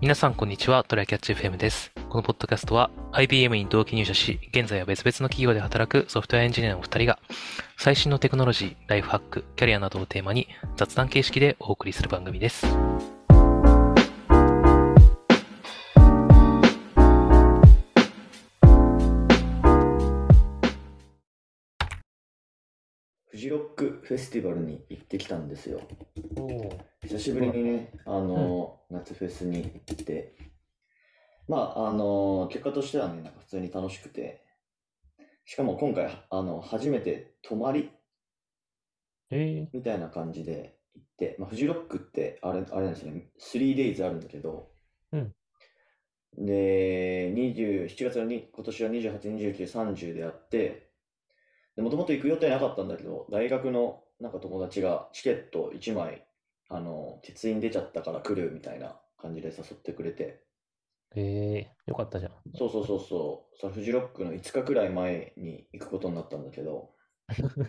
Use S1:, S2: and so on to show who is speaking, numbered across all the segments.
S1: 皆さんこんにちは、トライキャッチ FM です。このポッドキャストは IBM に同期入社し、現在は別々の企業で働くソフトウェアエンジニアのお二人が、最新のテクノロジー、ライフハック、キャリアなどをテーマに雑談形式でお送りする番組です。
S2: フジロックフェスティバルに行ってきたんですよ。
S1: おお、
S2: 久しぶりにね、あの、夏フェスに行って、まあ、あの、結果としてはね、なんか普通に楽しくて、しかも今回、あの、初めて泊まり
S1: え
S2: みたいな感じで行って、まあ、フジロックってあれ、あれなんですよね、3days あるんだけど、
S1: うん
S2: で、20 7月のに、今年は28、29、30でやって、で、もともと行く予定なかったんだけど、大学のなんか友達がチケット1枚、あの、鉄印出ちゃったから来るみたいな感じで誘ってくれて、
S1: ええよかったじゃん。
S2: そうそうそうそう、そのフジロックの5日くらい前に行くことになったんだけど、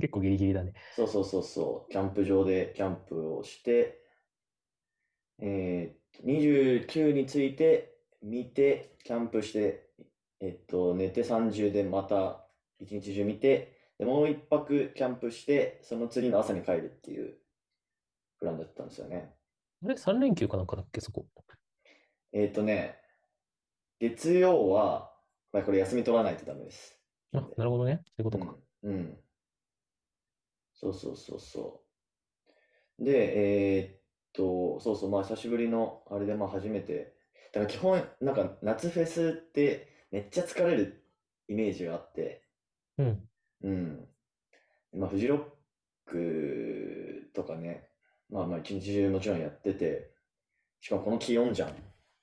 S1: 結構ギリギリだね。
S2: そうそうそうそう、キャンプ場でキャンプをして、えー、29について、見て、キャンプして、えっと、寝て30でまた一日中見て、で、もう一泊キャンプして、その次の朝に帰るっていうプランだったんですよね。
S1: あれ ?3 連休かなんかだっけ、そこ。
S2: えっとね、月曜は、まあ、これ休み取らないとダメです。
S1: あ、なるほどね。そういうことか。
S2: うん、うん。そうそうそうそう。で、えーっと、そうそう、まあ久しぶりの、あれでまあ初めて、だから基本、なんか夏フェスってめっちゃ疲れるイメージがあって、
S1: うん。
S2: うん。まあフジロックとかね、まあまあ一日中もちろんやってて、しかもこの気温じゃん。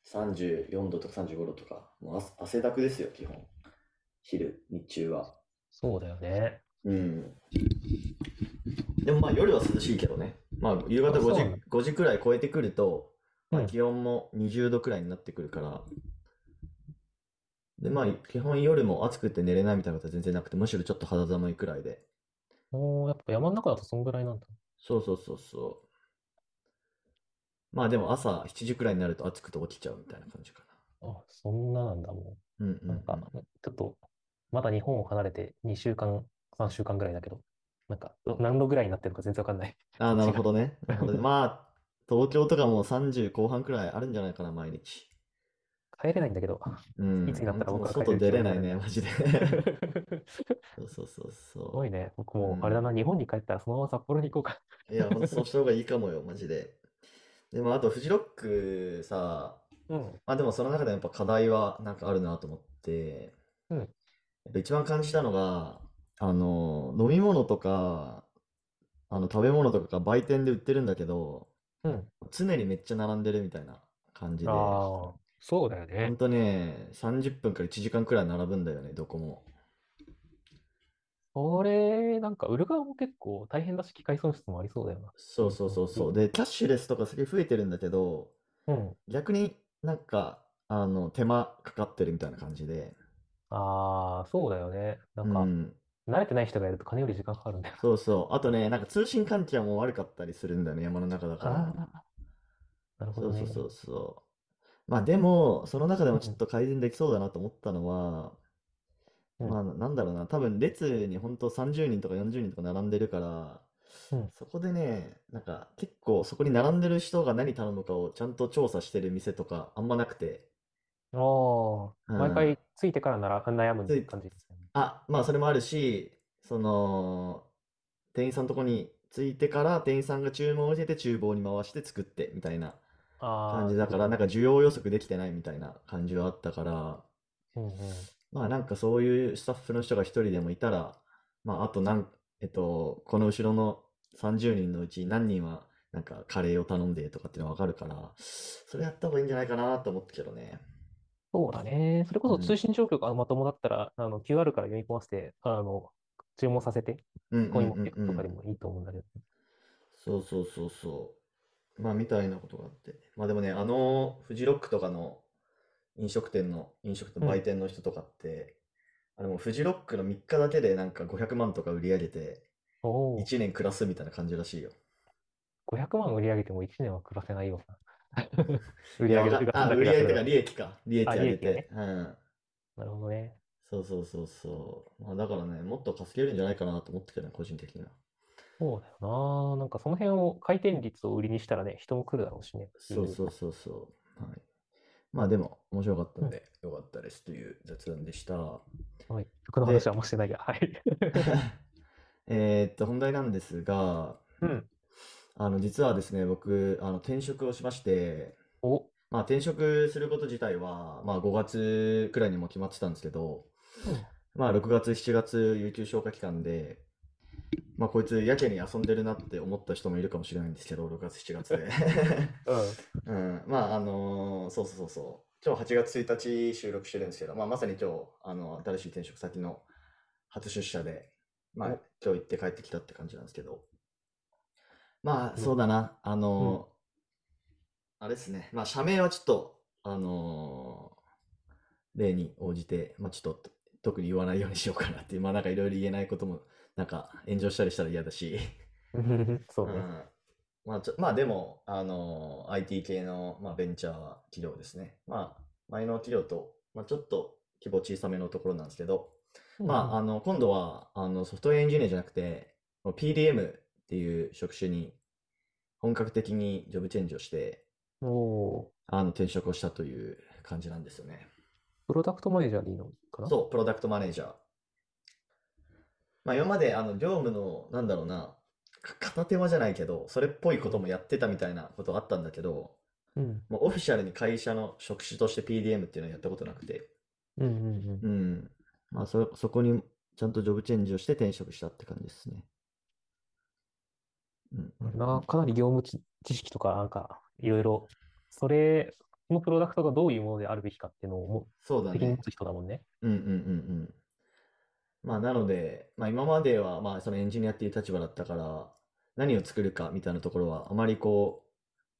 S2: 34度とか35度とか、もう汗汗だくですよ、基本。昼、日中は。
S1: そうだよね。
S2: うん。でもまあ夜は涼しいけどね。まあ夕方
S1: あそう
S2: 5時
S1: なの、
S2: 5時くらい超えてくると、まあ
S1: うん
S2: 気温も20度くらいになってくるから。でまあ基本夜も暑くて寝れないみたいなことは全然なくて、むしろちょっと肌寒いくらいで。
S1: おーやっぱ山の中だとそんぐらいなんだ。
S2: そうそうそうそう。まあでも朝7時くらいになると暑くて起きちゃうみたいな感じか
S1: あ、そんななんだ、も
S2: な。うん
S1: う。
S2: うん
S1: なんか、ちょっと、まだ日本を離れて2週間、3週間ぐらいだけど、なんか、ど何度ぐらいになってるのか全然わかんない。
S2: ああ、なるほどね。なるほどね。まあ東京とかも30後半くらいあるんじゃないかな、毎日。
S1: 帰れないんだ けど。
S2: うん、
S1: いつになったら僕は
S2: 本
S1: 帰
S2: 当外
S1: って
S2: 出
S1: る気分
S2: れない
S1: にな
S2: ね、マジで。
S1: す
S2: そうそうそう
S1: ご
S2: そ
S1: いね。僕もうあれだな、日本に帰ったらそのまま札幌に行こうか。
S2: う。いや、ほんとそうした方がいいかもよ、マジで。でも、あと、フジロックさ、
S1: うん。
S2: まあでもその中でやっぱ課題はなんかあるなと思って、
S1: うん
S2: やっぱ一番感じたのが、あの、飲み物とか、あの、食べ物とかが売店で売ってるんだけど、
S1: うん。
S2: 常にめっちゃ並んでるみたいな感じで、
S1: ああ、そうだよ
S2: ほ
S1: ね
S2: ん。とね、30分から1時間くらい並ぶんだよね、どこも。
S1: これ、なんか売る側も結構大変だし、機械損失もありそうだよな。
S2: そうそうそうそう。で、キャッシュレスとかすげえ増えてるんだけど、
S1: うん。
S2: 逆になんか、あの、手間かかってるみたいな感じで。
S1: ああ、そうだよね。な
S2: うん
S1: か、
S2: ん。
S1: 慣れてない人がやると金より時間かかるんだよ
S2: そうそう。あとね、なんか通信環境も悪かったりするんだよね、山の中だか
S1: な。あ
S2: ら。
S1: あ、なるほ
S2: そ
S1: ど
S2: うそう
S1: ね。
S2: そうそう。まあでも、その中でもちょっと改善できそうだなと思ったのは、
S1: うん
S2: まあなんだろうな、多分列に本当30人とか40人とか並んでるから、
S1: うん
S2: そこでね、なんか結構そこに並んでる人が何頼むかをちゃんと調査してる店とかあんまなくて、
S1: ああ、毎
S2: う
S1: 回
S2: ん
S1: ついてからなら悩む
S2: つい
S1: 感じですよね。
S2: あ、まあそれもあるし、その、店員さんのとこに着いてから店員さんが注文を受けて厨房に回して作ってみたいな
S1: あ
S2: 感じ
S1: あ、
S2: だから、なんか需要予測できてないみたいな感じはあったから、
S1: うんうん。
S2: まあなんかそういうスタッフの人が一人でもいたら、まああとなん、えっと、この後ろの30人のうち何人はなんかカレーを頼んでとかっていうのわかるから、それやった方がいいんじゃないかなと思ったけどね。
S1: そうだね。それこそ
S2: うん
S1: 通信状況がまともだったら、あの QR から読み込ませて、あの、注文させて、
S2: うん
S1: ここに
S2: うん
S1: 持っていくと
S2: うん
S1: か
S2: う
S1: で
S2: ん
S1: もいいと思うんだけど。
S2: そうそうそうそう。まあ、みたいなことがあって。まあでもね、あの、フジロックとかの飲食店の、飲食
S1: う
S2: 店、
S1: ん
S2: 売店の人とかって、あれもうフジロックの3日だけでなんか500万とか売り上げて、
S1: おお、
S2: 1年暮らすみたいな感じらしいよ。
S1: 500万売り上げても1年は暮らせないような。売り上げと
S2: あ、
S1: か
S2: 売り上げとか
S1: な
S2: 利益か。利益
S1: あ
S2: 上げ
S1: 利益
S2: て。うん。
S1: るほどね。
S2: そうそうそうそう。まあ、だからね、もっと稼げるんじゃないかなと思ってるね、個人的には。
S1: そうだよな。なんかその辺を回転率を売りにしたらね、人も来るだろうしね。
S2: そうそうそうそう。はい。まあでも、面白かったんで、よかったですという雑談でした。
S1: はい。僕の話はあんましてないが。はい。
S2: えーっと、本題なんですが、
S1: うん。
S2: あの、実はですね、僕、あの、転職をしまして、
S1: お、
S2: まあ転職すること自体は、まあ5月くらいにも決まってたんですけど、まあ6月、7月、有給消化期間で、まあこいつやけに遊んでるなって思った人もいるかもしれないんですけど、6月、7月で。
S1: う
S2: うん、まああのーそうそうそうそう今日8月1日収録してるんですけど、まあ、まさに今日あの新しい転職先の初出社で、まあ、
S1: お
S2: 今日行って帰ってきたって感じなんですけどまあそうだなあのーあれですねまあ社名はちょっとあのー例に応じて、まあ、ちょっと特に言わないようにしようかなっていうまあなんかいろいろ言えないこともなんか炎上したりしたら嫌だし
S1: ん。 そう
S2: う
S1: ね。
S2: んまあ、ちょまあでも、あの IT 系の、まあ、ベンチャー企業ですね。まあ、前の企業と、まあ、ちょっと規模小さめのところなんですけど、まあ、あの今度はあのソフトウェアエンジニアじゃなくて、もう PDM っていう職種に本格的にジョブチェンジをして、
S1: うん、おー
S2: あの転職をしたという感じなんですよね。
S1: プロダクトマネージャーでいいのかな
S2: そう、プロダクトマネージャー。まあ、今まであの業務の、なんだろうな、か片手間じゃないけど、それっぽいこともやってたみたいなことあったんだけど、
S1: う。うん。
S2: もうオフィシャルに会社の職種として PDM っていうのはやったことなくて、
S1: うんうんうん。
S2: うん。まあそ、そこにちゃんとジョブチェンジをして転職したって感じですね。うん。
S1: なかなり業務知知識とか、なんか、いろいろ、それ、そのプロダクトがどういうものであるべきかっていうのをも
S2: そうだ
S1: 責任
S2: ね
S1: 持。つ人だもんね。
S2: うんうんうんうん。まあ、なので、まあ、今までは、まあ、そのエンジニアっていう立場だったから、何を作るかみたいなところは、あまりこ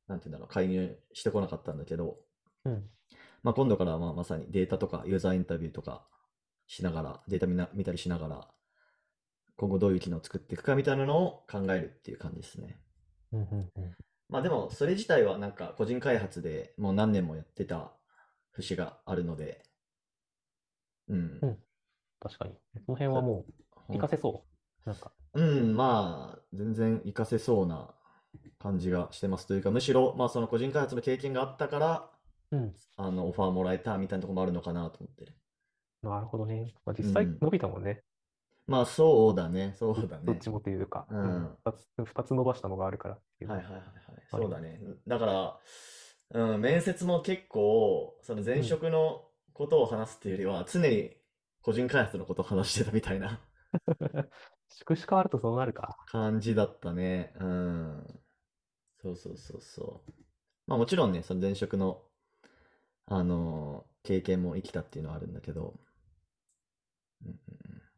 S2: う、なんていうんだろう、介入してこなかったんだけど、
S1: うん。
S2: まあ、今度からはまあまさにデータとかユーザーインタビューとかしながら、データ見な見たりしながら、今後どういう機能を作っていくかみたいなのを考えるっていう感じですね。
S1: うんうんうん。
S2: まあでも、それ自体はなんか個人開発でもう何年もやってた節があるので、うん
S1: うん。確かに。その辺はもう、
S2: ほん
S1: 活かせそう。なんか、
S2: うん、まあ、全然活かせそうな感じがしてますというか、むしろ、まあその個人開発の経験があったから、
S1: うん。
S2: あの、オファーもらえたみたいなところもあるのかなと思ってる。
S1: なるほどね。まあ、実
S2: う
S1: 際
S2: ん
S1: 伸びたもんね。
S2: まあそうだね、そうだ
S1: どっ
S2: ね。
S1: ちもというか、
S2: うん
S1: 2つ、二つ伸ばしたのがあるからっていう。
S2: はいはいはいはい、そうだね。だから、うん、面接も結構、その前職のことを話すっていうよりは、常に個人開発のことを話してたみたいな
S1: 宿主変わるとそうなるか。
S2: 感じだったね。うん。そうそうそうそう。まあもちろんね、その前職の、あのー経験も生きたっていうのはあるんだけど、うんうん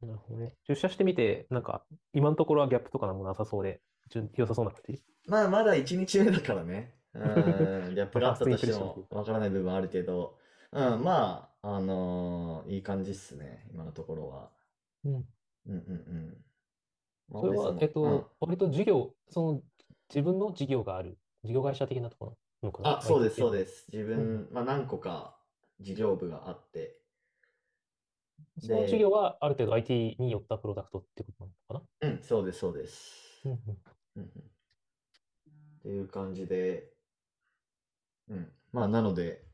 S2: うん
S1: なるほどね。出社してみて、なんか、今のところはギャップとかなんもなさそうで、順良さそうな感じ。
S2: まあまだ1日目だからね。うん、ギャッ プがあったとしてもわからない部分はあるけど、うん、まあ、あのーいい感じっすね、今のところは。
S1: うん。
S2: うんうんうん。まあ
S1: それ
S2: 俺
S1: は、
S2: の
S1: えっと、割と事業、その、自分の事業がある、事業会社的なところなのか
S2: うん
S1: な
S2: あ、そうです、そう
S1: す。
S2: です。自分、まあ何個か事業部があって、
S1: その事業は、ある程度 IT に寄ったプロダクトってことなのか
S2: うん、そうです、そうです。
S1: な
S2: うんうんっていう感じで、うん。まあ、なので、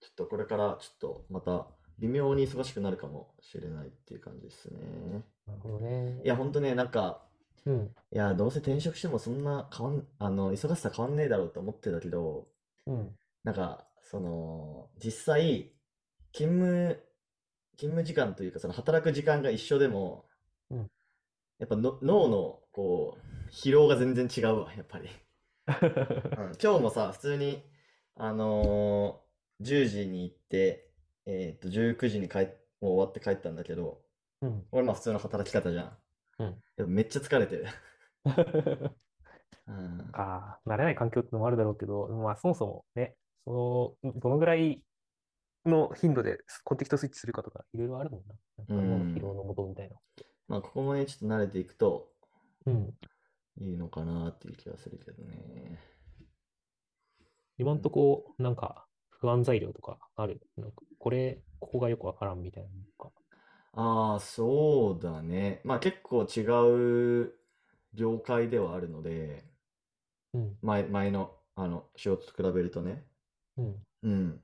S2: ちょっとこれからちょっとまた微妙に忙しくなるかもしれないっていう感じですね。
S1: なるほどね。
S2: いや、ほんとね、なんか、
S1: うん。
S2: いや、どうせ転職してもそんな変わん、あの、忙しさ変わんねえだろうと思ってたけど、
S1: うん。
S2: なんか、その、実際、勤務、勤務時間というか、その働く時間が一緒でも
S1: うん、
S2: やっぱの脳の、こう、疲労が全然違うわ、やっぱり。うん、今日もさ、普通に、あのー10時に行って、えーっと、19時に帰っ、もう終わって帰ったんだけど、
S1: うん。
S2: 俺まあ普通の働き方じゃん。
S1: うん
S2: でもめっちゃ疲れてる。うん、
S1: か、慣れない環境ってのもあるだろうけど、まあそもそもね、その、どのぐらいの頻度でコンテキストスイッチするかとか、いろいろあるもんな。なんか脳の疲労の元みたいな。
S2: まあここもね、ちょっと慣れていくと
S1: うん。
S2: いいのかなっていう気がするけどね。
S1: 今んとこ、なんか、不安材料とかある。なんかこれ、ここがよくわからんみたいなのとか。
S2: ああ、そうだね。まあ結構違う業界ではあるので、
S1: うん、
S2: 前、前の、あの仕事と比べるとね。
S1: うん、
S2: うん。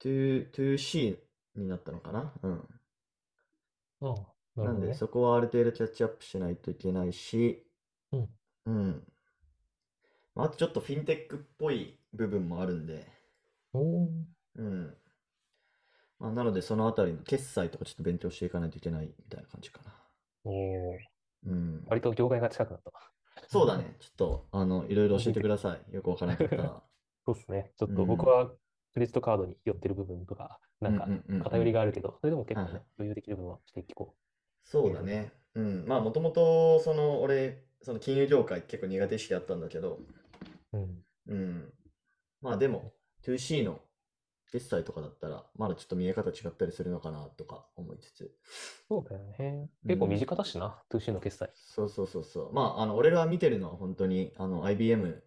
S2: 2、2C になったのかな。うん。
S1: ああ、なる
S2: なん
S1: ほど
S2: で
S1: ね。
S2: そこはある程度キャッチアップしないといけないし、
S1: うん、
S2: うん。まああとちょっとフィンテックっぽい部分もあるんで、
S1: おー
S2: うん。まあ、なのでそのあたりの決済とかちょっと勉強していかないといけないみたいな感じか
S1: おー、
S2: な。うん。
S1: 割と業界が近くなった。
S2: そうだね。ちょっと、あの、いろいろ教えてください。よくわからなかったら。
S1: そうですね。ちょっ
S2: う
S1: と
S2: ん
S1: 僕はクレジットカードに寄ってる部分とか、 なんか
S2: うんうんうんうん
S1: 偏りがあるけど、それでも結構
S2: はいは
S1: ね
S2: い、
S1: 余裕できる部分はしていこ
S2: そうだね。うん。まあ、もともと、その、俺、その金融業界結構苦手意識あったんだけど、
S1: う。うん。
S2: うん。まあ、でも、2C の決済とかだったら、まだちょっと見え方違ったりするのかなとか思いつつ。
S1: そうだよね。
S2: うん
S1: 結構身近だしな、2C の決済。
S2: そうそうそうそう。まあ、あの、俺が見てるのは本当に、あの、IBM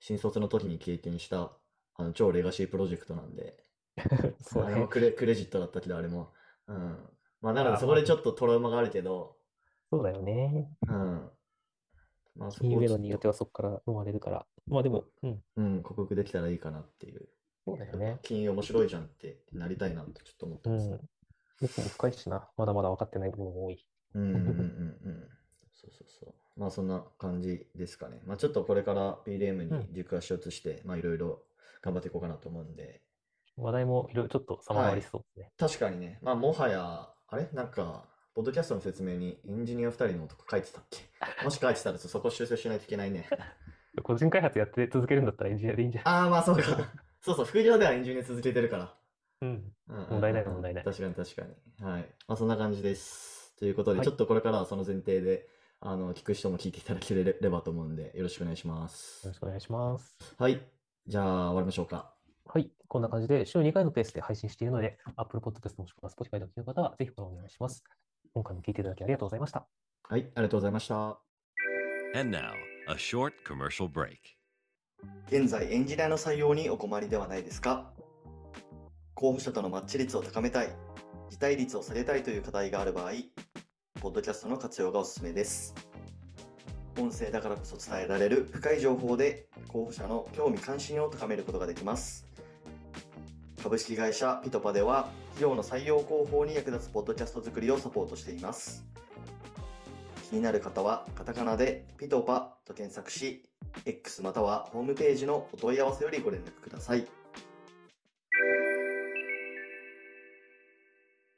S2: 新卒の時に経験した、あの、超レガシープロジェクトなんで、
S1: そう
S2: あ
S1: だ
S2: れも
S1: ね。
S2: クレ、クレジットだったけど、あれも。うん。まあ、なので、
S1: あー
S2: そこでちょっとトラウマがあるけど、
S1: そうだよね。
S2: うん。まあ、そ
S1: 金融
S2: こを
S1: メ
S2: ち
S1: ロ
S2: ょ
S1: ンに
S2: っ
S1: よって
S2: と、
S1: はそこから生まれるから。まあでも、うん、
S2: うん、克服できたらいいかなっていう。
S1: そうだよね。
S2: 金融面白いじゃんってなりたいなってちょっと思って
S1: う
S2: ます。
S1: ん。僕も深いしな、まだまだ分かってない部分も多い。
S2: うんうんうんうんうん。そうそうそう。まあそんな感じですかね。まあちょっとこれから PDM
S1: う
S2: に
S1: ん
S2: 軸足を移して、まあいろいろ頑張っていこうかなと思うんで。
S1: 話題もいろいろちょっと様変わりしそうですね。
S2: 確かにね、まあもはや、あれなんか、ポッドキャストの説明にエンジニア2人のとか書いてたっ けもし書いてたらちょっとそこ修正しないといけないね。
S1: 個人開発やって続けるんだったらエンジニアでいいんじゃない
S2: ああ、まあそうか。そうそう、副業ではエンジニア続けてるから。
S1: うん。
S2: うんうんうんうん
S1: 問題ない問題ない
S2: 確かに確かに。はい。まあそんな感じです。ということで、
S1: はい
S2: ちょっとこれからはその前提で、あの、聞く人も聞いていただけれればと思うんで、よろしくお願いしま
S1: よろ
S2: す。
S1: しくお願いします。
S2: はい。じゃあ、終わりましょうか。
S1: はい、こんな感じで週2回のペースで配信しているので、Apple Podcast もしくは Spotify でお聞きの方はぜひフォローお願いします。今回も聞いていただきありがとうございました。
S2: はい、ありがとうございました。
S3: And now, a short commercial break.
S2: 現在エンジニアの採用にお困りではないですか候補者とのマッチ率を高めたい辞退率を下げたいという課題がある場合ポッドキャストの活用がおすすめです音声だからこそ伝えられる深い情報で候補者の興味関心を高めることができます株式会社ピトパでは企業の採用広報に役立つポッドキャスト作りをサポートしています気になる方はカタカナでピトパと検索し X またはホームページのお問い合わせよりご連絡ください。